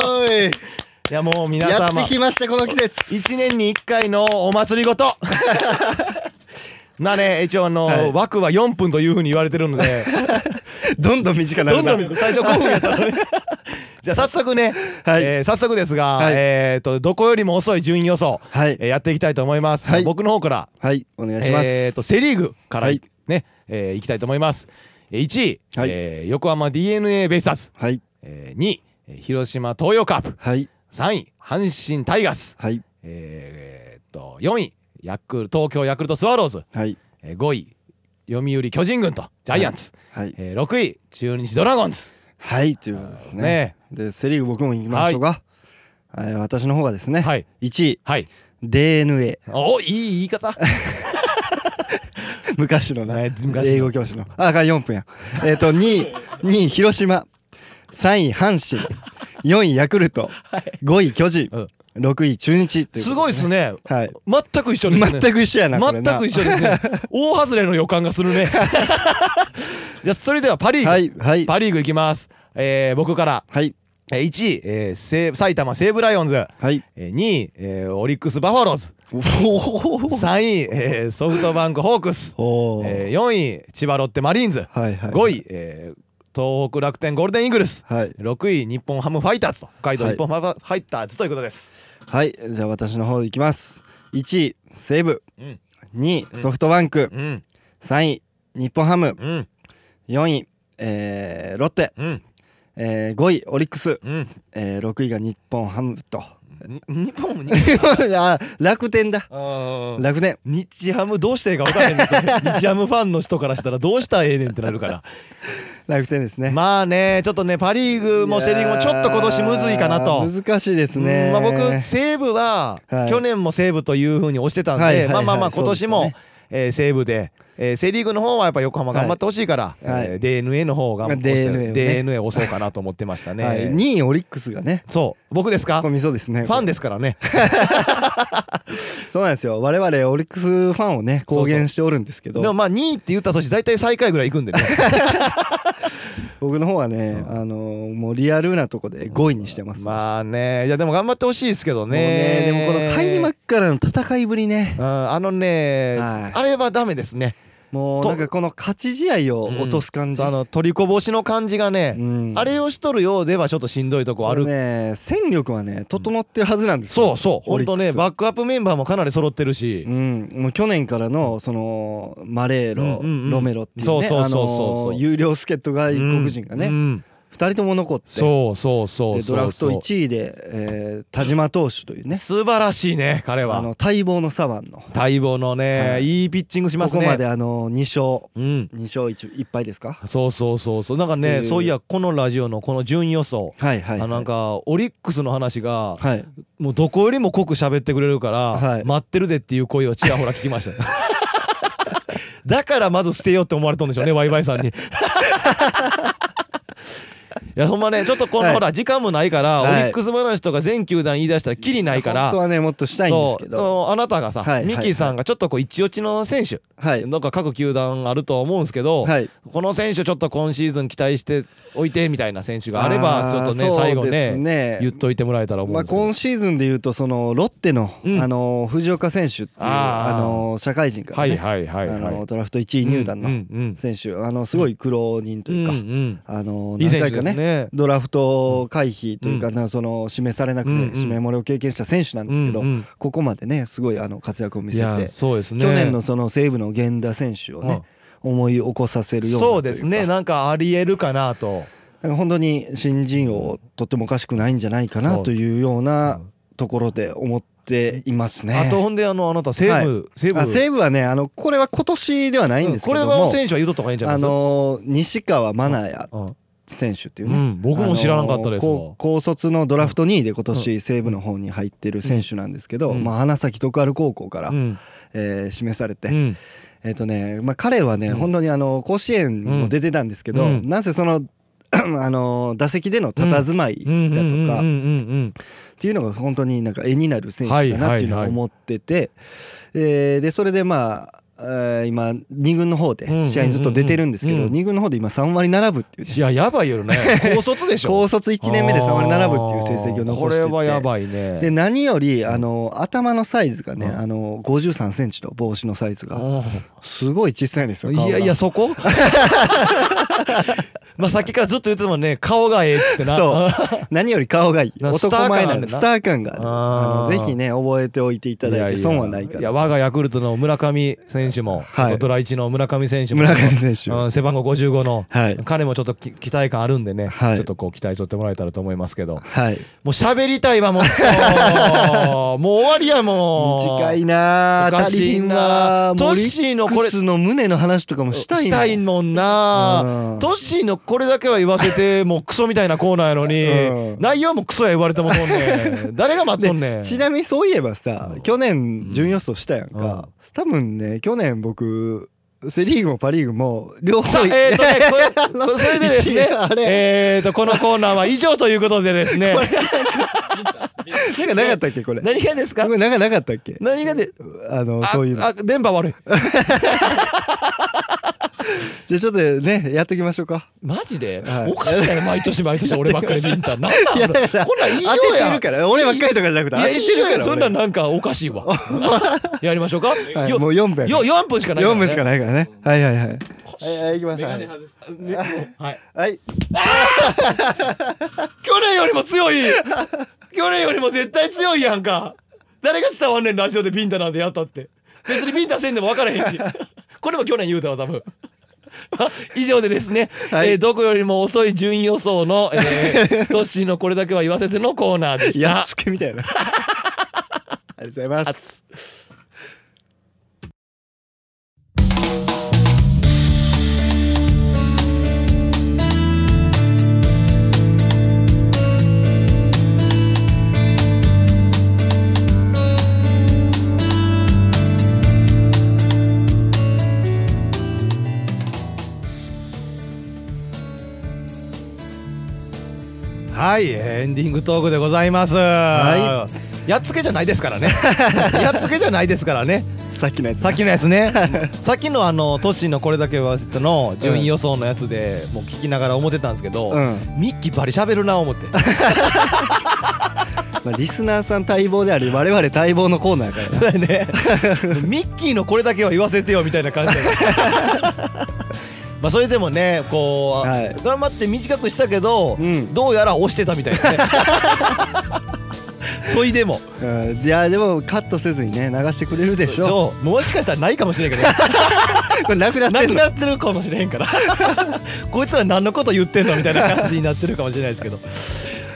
Speaker 1: ょーい
Speaker 2: いやもう皆
Speaker 1: やっ
Speaker 2: 様
Speaker 1: てきましたこの季節
Speaker 2: 一年に一回のお祭りごと まあね一応あの、
Speaker 1: はい
Speaker 2: 枠は4分というふうに言われてるので
Speaker 1: どんどん短く な
Speaker 2: ど
Speaker 1: る
Speaker 2: ん
Speaker 1: な
Speaker 2: どん最初5分やったのね じゃあ早速ね、
Speaker 1: はい
Speaker 2: えー早速ですが、
Speaker 1: はい
Speaker 2: えー、とどこよりも遅い順位予想、
Speaker 1: はい
Speaker 2: えーやっていきたいと思います、
Speaker 1: はい
Speaker 2: 僕の方から
Speaker 1: はいお願いします、
Speaker 2: えー、とセ・リーグから、
Speaker 1: はい
Speaker 2: ね、えー、いきたいと思います。えー1位、
Speaker 1: はい
Speaker 2: えー横浜 d n a ベイスターズ、
Speaker 1: はい
Speaker 2: えー2位、えー広島東洋カープ、
Speaker 1: はい
Speaker 2: 3位、阪神タイガース、
Speaker 1: はい
Speaker 2: えーえーっと4位ヤクル、東京ヤクルトスワローズ、
Speaker 1: はい
Speaker 2: えー5位、読売巨人軍とジャイアンツ、
Speaker 1: はい
Speaker 2: えー6位、中日ドラゴンズ。
Speaker 1: はいということですね
Speaker 2: ね
Speaker 1: でセ・リーグ僕も行きましょうか、はい私の方がですね、
Speaker 2: はい
Speaker 1: 1位
Speaker 2: はい、
Speaker 1: DNA
Speaker 2: おいい言い方
Speaker 1: 昔のな、
Speaker 2: ね昔の
Speaker 1: 英語教師のあだから4分やえっ、と2位2位広島3位阪神4位ヤクルト、5位巨人、
Speaker 2: うん
Speaker 1: 6位中日ということです
Speaker 2: ごいですね
Speaker 1: はい
Speaker 2: 全く一緒ですね
Speaker 1: 全く一緒やなこれな
Speaker 2: 全く一緒ですね大外れの予感がする ねじゃあそれではパ・リーグ、
Speaker 1: はいはい
Speaker 2: パ・リーグいきます、えー僕から
Speaker 1: はい
Speaker 2: えー1位、えー西埼玉西武ライオンズ、
Speaker 1: はい
Speaker 2: えー2位、えーオリックス・バファローズ3位、えーソフトバンク・ホークス、
Speaker 1: おー
Speaker 2: えー4位千葉ロッテ・マリーンズ、
Speaker 1: はいはい
Speaker 2: 5位、えー東北楽天ゴールデンイーグルス、
Speaker 1: はい
Speaker 2: 6位日本ハムファイターズと北海道
Speaker 1: はい
Speaker 2: 日本ハムファイターズということです、
Speaker 1: はいじゃあ私の方いきます1位西武
Speaker 2: うん
Speaker 1: 2位ソフトバンク、
Speaker 2: うん
Speaker 1: 3位日本ハム
Speaker 2: うん
Speaker 1: 4位、えーロッテ、
Speaker 2: うん
Speaker 1: ええー、5位オリックス、
Speaker 2: うん
Speaker 1: えー、6位が日本ハムと
Speaker 2: に日本 もに
Speaker 1: あ楽天だ
Speaker 2: あー
Speaker 1: 楽天
Speaker 2: 日ハムどうしてええか分からへんですよね 日ハムファンの人からしたらどうしたらええねんってなるから
Speaker 1: 楽天ですね
Speaker 2: まあねちょっとねパ・リーグもセ・リーグもちょっと今年むずいかなと
Speaker 1: いやー難しいですね、
Speaker 2: うんまあ、僕西武は
Speaker 1: はい
Speaker 2: 去年も西武というふうに推してたんで、
Speaker 1: はいはいはい
Speaker 2: まあまあまあ
Speaker 1: そ
Speaker 2: 今
Speaker 1: うでし
Speaker 2: 年
Speaker 1: た
Speaker 2: も、
Speaker 1: ね
Speaker 2: えー西武で、えーセ・リーグの方はやっぱ横浜頑張ってほしいから、
Speaker 1: はい
Speaker 2: えー DNA の方が
Speaker 1: まあ
Speaker 2: 推してる
Speaker 1: DNA をね
Speaker 2: DNA を押そうかなと思ってましたね、
Speaker 1: はい、2位オリックスがね
Speaker 2: そう僕ですか
Speaker 1: こ
Speaker 2: フ
Speaker 1: れ味噌ですね
Speaker 2: ァンですからね
Speaker 1: そうなんですよ我々オリックスファンをね公言しておるんですけ
Speaker 2: で
Speaker 1: ど
Speaker 2: もまあ2位って言った年大体最下位ぐらい 行くんでね
Speaker 1: 僕の方はね、あのーもうリアルなとこで5位にしてます、
Speaker 2: まあねいやでも頑張ってほしいですけど
Speaker 1: もうね
Speaker 2: ね
Speaker 1: でもこの開幕からの戦いぶりね
Speaker 2: うんあのね、
Speaker 1: はい
Speaker 2: あれはダメですね
Speaker 1: もう
Speaker 2: と
Speaker 1: なんかこの勝ち試合を落とす感じ、
Speaker 2: あの取りこぼしの感じがね、
Speaker 1: うん
Speaker 2: あれをしとるようではちょっとしんどいとこある
Speaker 1: これね戦力はね整ってるはずなんですよ
Speaker 2: そうそう、
Speaker 1: オ
Speaker 2: ほん
Speaker 1: リック
Speaker 2: と
Speaker 1: ス
Speaker 2: ね、バックアップメンバーもかなり揃ってるし
Speaker 1: う、ん、もう去年からのそのマレーロ、
Speaker 2: うんうんうん
Speaker 1: ロメロっていう
Speaker 2: そう
Speaker 1: ね
Speaker 2: そう
Speaker 1: あ
Speaker 2: そう
Speaker 1: の
Speaker 2: そう
Speaker 1: ー有料助っ人外国人がね、
Speaker 2: うんうん
Speaker 1: 2人とも残って
Speaker 2: そうそうそう
Speaker 1: で
Speaker 2: そう、
Speaker 1: ドラフト1位で、えー田島投手というね
Speaker 2: 素晴らしいね、彼
Speaker 1: あ
Speaker 2: は。
Speaker 1: の待望の左腕の
Speaker 2: 待望の
Speaker 1: は
Speaker 2: ね、いいピッチングしま
Speaker 1: こ
Speaker 2: すね。
Speaker 1: こまであの2勝
Speaker 2: うん
Speaker 1: 2勝 1, 1敗ですか
Speaker 2: そうそうそうそうなんかね、
Speaker 1: えー
Speaker 2: そういやこのラジオのこの順位予想、
Speaker 1: はいはい、はい、
Speaker 2: あのなんかオリックスの話が
Speaker 1: はい
Speaker 2: もうどこよりも濃く喋ってくれるから、
Speaker 1: はい
Speaker 2: 待ってるでっていう声をちらほら聞きました だからまず捨てようって思われたんでしょ うねワイワイさんにいやほんまねちょっとこ
Speaker 1: は
Speaker 2: の
Speaker 1: い
Speaker 2: ほら時間もないから、
Speaker 1: はい
Speaker 2: オリックス話とか全球団言い出したらキリないか
Speaker 1: 本当
Speaker 2: ら
Speaker 1: はねもっとしたいんです
Speaker 2: そ
Speaker 1: け
Speaker 2: う
Speaker 1: ど
Speaker 2: そうあなたがさ、
Speaker 1: はい
Speaker 2: ミッキーさんがちょっとこう一落ちの選手、
Speaker 1: はい
Speaker 2: なんか各球団あると思うんですけど、
Speaker 1: はい
Speaker 2: この選手ちょっと今シーズン期待しておいてみたいな選手があればちょっとね
Speaker 1: あー
Speaker 2: 最後
Speaker 1: そうで
Speaker 2: ね
Speaker 1: すね
Speaker 2: 言っといてもらえたら思うん
Speaker 1: まあ、
Speaker 2: ですけど、
Speaker 1: 今シーズンでいうとそのロッテの、
Speaker 2: うん
Speaker 1: あの藤岡選手っていう
Speaker 2: あ
Speaker 1: あ
Speaker 2: ー
Speaker 1: の社会人から、
Speaker 2: は
Speaker 1: ね
Speaker 2: いはいはいはい
Speaker 1: あのドラフト1位入団
Speaker 2: うん
Speaker 1: の
Speaker 2: うんうん
Speaker 1: 選手、あのすごい苦労人というか、
Speaker 2: うんうん
Speaker 1: あの
Speaker 2: いい
Speaker 1: 何
Speaker 2: 選手
Speaker 1: 回
Speaker 2: で
Speaker 1: か
Speaker 2: すね
Speaker 1: ねドラフト回避というか、
Speaker 2: う
Speaker 1: なその指名されなくて
Speaker 2: うんうん
Speaker 1: 指名漏れを経験した選手なんですけど、
Speaker 2: うんうん
Speaker 1: ここまでねすごいあの活躍を見
Speaker 2: い
Speaker 1: せて、
Speaker 2: やそうですね
Speaker 1: 去年のその西武の源田選手をね、思い起こさせ
Speaker 2: うん
Speaker 1: るような
Speaker 2: そうです
Speaker 1: とい
Speaker 2: ね
Speaker 1: うか
Speaker 2: なんかありえるかなと
Speaker 1: なんか本当に新人王とってもおかしくないんじゃないかな
Speaker 2: そう
Speaker 1: というようなところで思っていますね。
Speaker 2: あとほんであのあなた西武西
Speaker 1: あ
Speaker 2: 武
Speaker 1: 西武はねあのこれは今年ではないんですけ
Speaker 2: これ
Speaker 1: ども、
Speaker 2: は選手は言うとった方がいいんじゃない
Speaker 1: あ
Speaker 2: ですか
Speaker 1: の西川真奈也
Speaker 2: うん
Speaker 1: 選手っていう
Speaker 2: う
Speaker 1: ね、
Speaker 2: ん僕も知らなかったです
Speaker 1: あ
Speaker 2: わ
Speaker 1: の高高卒のドラフト2位で今年西部の方に入ってる選手なんですけど、
Speaker 2: うん
Speaker 1: まあ、花咲徳栄高校から、
Speaker 2: うん
Speaker 1: えー示されて、
Speaker 2: うん
Speaker 1: えっ、とね、まあ、彼はね、
Speaker 2: うん
Speaker 1: 本当にあの甲子園も出てたんですけど、
Speaker 2: うん
Speaker 1: なんせその あの打席での佇まいだ
Speaker 2: うんうんうん
Speaker 1: と
Speaker 2: う
Speaker 1: かっ
Speaker 2: ん
Speaker 1: ていうのが本当になんか絵になる選手だなっていうのは思ってて、えーでそれでまあえー今2軍の方で試合にずっと出てるんですけ
Speaker 2: うんうん
Speaker 1: ど、
Speaker 2: うん
Speaker 1: 二2軍の方で今3割並ぶっていうね
Speaker 2: いややばいよ ね高卒でしょ
Speaker 1: 高卒1年目で3割並ぶっていう成績を残してて
Speaker 2: あーこれはやばいね
Speaker 1: で何よりあの頭のサイズがね、
Speaker 2: うん
Speaker 1: あの53センチと帽子のサイズが
Speaker 2: う
Speaker 1: すごい小さいんですよ
Speaker 2: んい
Speaker 1: 顔が
Speaker 2: やいや そこまあさっきからずっと言ってたもんね顔がええってな
Speaker 1: そう何より顔がいい
Speaker 2: なスター
Speaker 1: 男前な
Speaker 2: 感あるな
Speaker 1: のスター感がある
Speaker 2: あ
Speaker 1: あの
Speaker 2: ー
Speaker 1: ぜひね覚えておいていただいて損はない
Speaker 2: や
Speaker 1: か
Speaker 2: いや
Speaker 1: ら
Speaker 2: 我がヤクルトの村上選手も、
Speaker 1: はい
Speaker 2: ドラ1の村上選手も
Speaker 1: 村上選手
Speaker 2: うん、背番号55の、
Speaker 1: はい
Speaker 2: 彼もちょっとき期待感あるんでね、
Speaker 1: はい
Speaker 2: ちょっとこう期待しとってもらえたらと思いますけども
Speaker 1: はいう
Speaker 2: 喋りたいわもっ ともう終わりやもう
Speaker 1: 短いな
Speaker 2: おか
Speaker 1: あ足
Speaker 2: しい
Speaker 1: りん
Speaker 2: な
Speaker 1: な
Speaker 2: あ
Speaker 1: あもう
Speaker 2: トッシーのこ
Speaker 1: リ
Speaker 2: れ
Speaker 1: ックスの胸の話とかもしたいな
Speaker 2: もんな
Speaker 1: うん
Speaker 2: トッシーのこれだけは言わせてもうクソみたいなコーナーやのに、
Speaker 1: うん
Speaker 2: 内容もクソや言われてもとんねん誰が待っとんねん
Speaker 1: ちなみにそういえばさ
Speaker 2: うん
Speaker 1: 去年準予想したやんか多分ね去年僕セ・リーグもパ・リーグも両
Speaker 2: さ
Speaker 1: 方
Speaker 2: あ、えーとね、これ
Speaker 1: の
Speaker 2: これそれでですね
Speaker 1: 一、あれ
Speaker 2: えーと、このコーナーは以上ということでですね、
Speaker 1: なんかなかったっけこれ。
Speaker 2: 何がですか
Speaker 1: これなんかなかったっけ。
Speaker 2: 何がで、
Speaker 1: あの
Speaker 2: あ
Speaker 1: そういうの。
Speaker 2: あ、電波悪い。
Speaker 1: じゃあちょっとねやっときましょうか。
Speaker 2: マジで
Speaker 1: はい
Speaker 2: おかしいよ、毎年毎年俺ばっかりビンタ。なんなんこんなんいいよ
Speaker 1: 当て
Speaker 2: や
Speaker 1: てるから。俺ばっかりとかじゃなくて
Speaker 2: い
Speaker 1: 当
Speaker 2: や、
Speaker 1: て
Speaker 2: いい
Speaker 1: てる
Speaker 2: よ
Speaker 1: から。
Speaker 2: そん
Speaker 1: 俺
Speaker 2: なんなんかおかしいわ。やりましょうか。
Speaker 1: はい
Speaker 2: よ
Speaker 1: もう四分。
Speaker 2: よ4分しかないら
Speaker 1: 四
Speaker 2: ね。
Speaker 1: 分しかないからね。はいはいはい。はいはい行きましょう。はい
Speaker 2: はい。
Speaker 1: はい。
Speaker 2: 去年よりも強い去年よりも絶対強いやんか誰が伝わんねんラジオでビンタなんてやったって別にビンタせんでも分からへんしこれも去年言うたわ多分
Speaker 5: 以上でですね、
Speaker 1: はい
Speaker 5: えーどこよりも遅い順位予想の、 えートッシーのこれだけは言わせてのコーナーでし
Speaker 1: や
Speaker 5: た
Speaker 1: っつけみたいなありがとうございます
Speaker 2: はいエンディングトークでございます、
Speaker 1: は
Speaker 2: やっつけじゃないですからね やっつけじゃないですからね
Speaker 1: さっきのやつ
Speaker 2: さっきのやつねさっきのあの都市のこれだけはずっとの順位予想のやつでもう聞きながら思ってたんですけど、
Speaker 1: うん
Speaker 2: ミッキーバリ喋るな思って
Speaker 1: まあ、リスナーさん待望であり我々待望のコーナーやからな
Speaker 2: ねミッキーのこれだけは言わせてよみたいな感 じでまあそれでもねこう、
Speaker 1: はい
Speaker 2: 頑張って短くしたけど、
Speaker 1: うん
Speaker 2: どうやら押してたみた いですねそいでも
Speaker 1: うんいやでもカットせずにね流してくれるでしょ
Speaker 2: そうもしかしたらないかもしれんけど
Speaker 1: これなくなっ
Speaker 2: な
Speaker 1: て
Speaker 2: く
Speaker 1: んの
Speaker 2: なってるかもしれへんから こいつら何のこと言ってんのみたいな感じになってるかもしれないですけど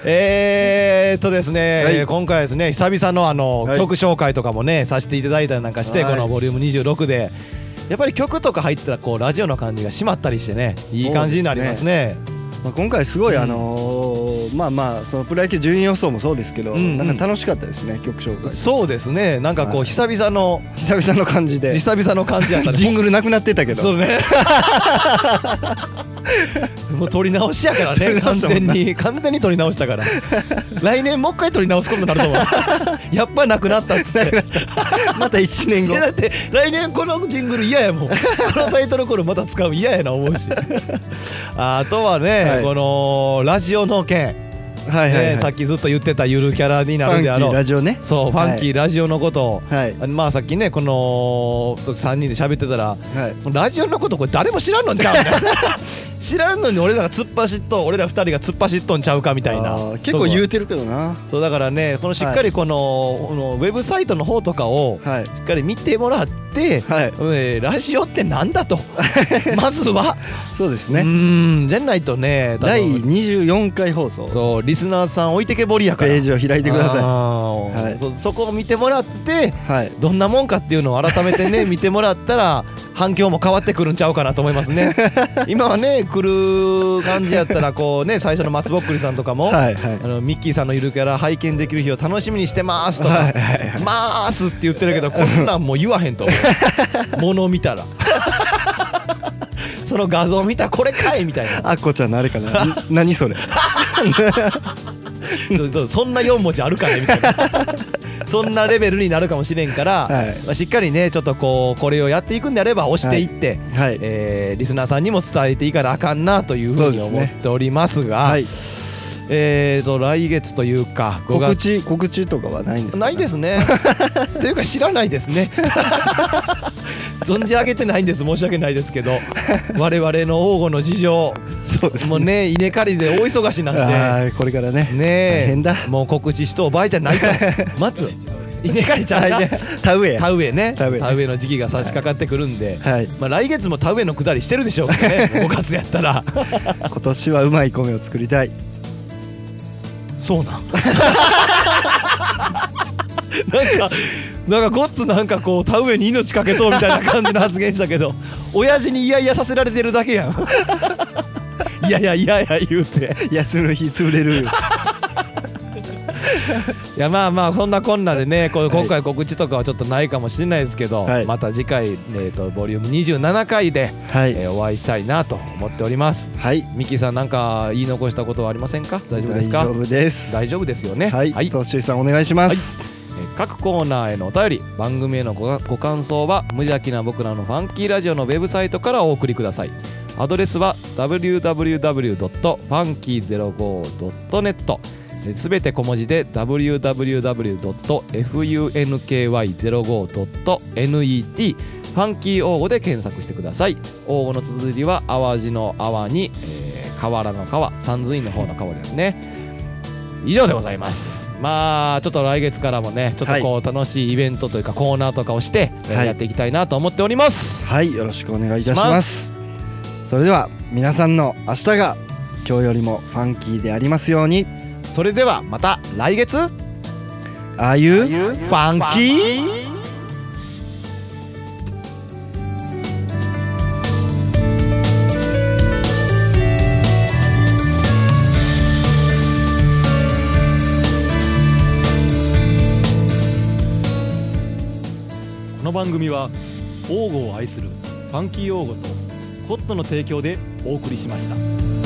Speaker 2: えーっとですね、
Speaker 1: はい
Speaker 2: えー今回はですね久々のあの、
Speaker 1: はい
Speaker 2: 曲紹介とかもねさせていただいたりなんかして、
Speaker 1: はい
Speaker 2: このボリューム26でやっぱり曲とか入ってたらこうラジオの感じが締まったりしてねいい感じになりますね
Speaker 1: まあ、今回すごいあのーまあまあそのプロ野球順位予想もそうですけど、
Speaker 2: うんうん
Speaker 1: なんか楽しかったですね曲紹介
Speaker 2: そうですねなんかこ
Speaker 1: は
Speaker 2: う
Speaker 1: い
Speaker 2: 久々の
Speaker 1: 久々の感じで
Speaker 2: 久々の感じやったね
Speaker 1: ジングルなくなってたけど
Speaker 2: そうね。 もう撮り直しやから
Speaker 1: 撮り
Speaker 2: ね、
Speaker 1: 直
Speaker 2: 完
Speaker 1: したもん
Speaker 2: 全
Speaker 1: な
Speaker 2: に、完全に撮り直したから。来年もう一回撮り直すことになると 思う。やっぱなくなったっつって。
Speaker 1: また1年
Speaker 2: い
Speaker 1: 後
Speaker 2: やだって来年このジングル嫌 やもんこのタイトルコールまた使うの嫌やな思うしあとはね、
Speaker 1: はい
Speaker 2: このラジオの件、
Speaker 1: はいはい、
Speaker 2: ねさっきずっと言ってたゆるキャラに
Speaker 1: フ
Speaker 2: な
Speaker 1: ァ
Speaker 2: る
Speaker 1: ンキ
Speaker 2: であろ
Speaker 1: ーラ
Speaker 2: う
Speaker 1: ジオね
Speaker 2: そうファンキーラジオのことを、
Speaker 1: はいは
Speaker 2: まあさっきねこの3人で喋ってたら
Speaker 1: い
Speaker 2: ラジオのことこれ誰も知らんのんちゃうみたいな 知らんのに俺らが突っ走っと俺ら二人が突っ走っとんちゃうかみたいな
Speaker 1: あー結構言
Speaker 2: う
Speaker 1: うてるけどな
Speaker 2: そうだからねこのしっかりこの,、このウェブサイトの方とかを
Speaker 1: はい
Speaker 2: しっかり見てもらって、
Speaker 1: はい
Speaker 2: えーラジオってなんだ とまずは、
Speaker 1: そうです
Speaker 2: う
Speaker 1: ね
Speaker 2: ーんじゃないとね多分
Speaker 1: 第24回放送
Speaker 2: そうリスナーさん置いてけぼりやから
Speaker 1: ページを開いてくださ
Speaker 2: さ
Speaker 1: はい
Speaker 2: そそこを見てもらって
Speaker 1: いはい
Speaker 2: どんなもんかっていうのを改めて ね見てもらったら反響も変わってくるんちゃうかなと思いますね 今はね来る感じやったらこうね最初の松ぼっくりさんとかも、
Speaker 1: はいはい
Speaker 2: あのミッキーさんのいるから拝見できる日を楽しみにしてますとか、
Speaker 1: はいはいは
Speaker 2: まーすって言ってるけどこんなんもう言わへんと思 う物を見たら その画像見たらこれかいみたいな
Speaker 1: あっこちゃんのあれか なん何それ
Speaker 2: そうそうそんな4文字あるかねみたいな そんなレベルになるかもしれんから、
Speaker 1: はい
Speaker 2: まあ、しっかりねちょっとこうこれをやっていくんであれば押していって、
Speaker 1: はい
Speaker 2: えーリスナーさんにも伝えていかなあかんなというふうに
Speaker 1: そうです
Speaker 2: 思
Speaker 1: ね
Speaker 2: っておりますが
Speaker 1: はい
Speaker 2: えー、と来月というか5
Speaker 1: 告
Speaker 2: 月
Speaker 1: 知告知とかはないんですか
Speaker 2: ないで すねというか知らないですね存じ上げてないんです申し訳ないですけど我々の黄金の事情
Speaker 1: そうです
Speaker 2: もうね稲刈りで大忙しなんで
Speaker 1: あーこれからね
Speaker 2: ねえ
Speaker 1: 大変だ
Speaker 2: もう告知しとう場合じゃな いとまず稲刈りちゃん
Speaker 1: は
Speaker 2: が
Speaker 1: いね田植えや
Speaker 2: 田植えね
Speaker 1: 田
Speaker 2: 田
Speaker 1: 植
Speaker 2: 植
Speaker 1: え
Speaker 2: えの時期が差し掛かってくるんで、
Speaker 1: はい
Speaker 2: まあ、来月も田植えのくだりしてるでしょうからね 5月やったら
Speaker 1: 今年はうまい米を作りたい
Speaker 2: そうなんなんかなんかゴッツなんかこう田植えに命かけとうみたいな感じの発言したけど親父にいやいやさせられてるだけやんいやいやいやいや言うて
Speaker 1: 休みの日潰れる
Speaker 2: いやまあまあそんなこんなでねこう今回告知とかはちょっとないかもしれないですけど、
Speaker 1: はい
Speaker 2: また次回、えー、とボリューム27回で、
Speaker 1: はい
Speaker 2: えーお会いしたいなと思っております
Speaker 1: はい
Speaker 2: ミキさんなんか言い残したことはありませんか大丈夫です
Speaker 1: 大
Speaker 2: か
Speaker 1: 丈夫です
Speaker 2: 大丈夫ですよね
Speaker 1: はい、
Speaker 2: はい
Speaker 1: トッシーさんお願いします、
Speaker 2: えー各コーナーへのお便り番組へのごご感想は無邪気な僕らのファンキーラジオのウェブサイトからお送りくださいアドレスは www.funky05.net えーすべて小文字で www.funky05.net ファンキー応募で検索してください応募の綴りは淡路の淡に、えー、河原の川三髄の方の川ですね以上でございますまあちょっと来月からもねちょっとこう楽しいイベントというかコーナーとかをして、えー
Speaker 1: はい
Speaker 2: やっていきたいなと思っております
Speaker 1: はいよろしくお願いいたしますそれでは皆さんの明日が今日よりもファンキーでありますように
Speaker 6: それではまた来月フ
Speaker 1: ああいう
Speaker 6: ァンキー
Speaker 2: この番組は王語を愛するファンキー王語とコットの提供でお送りしました。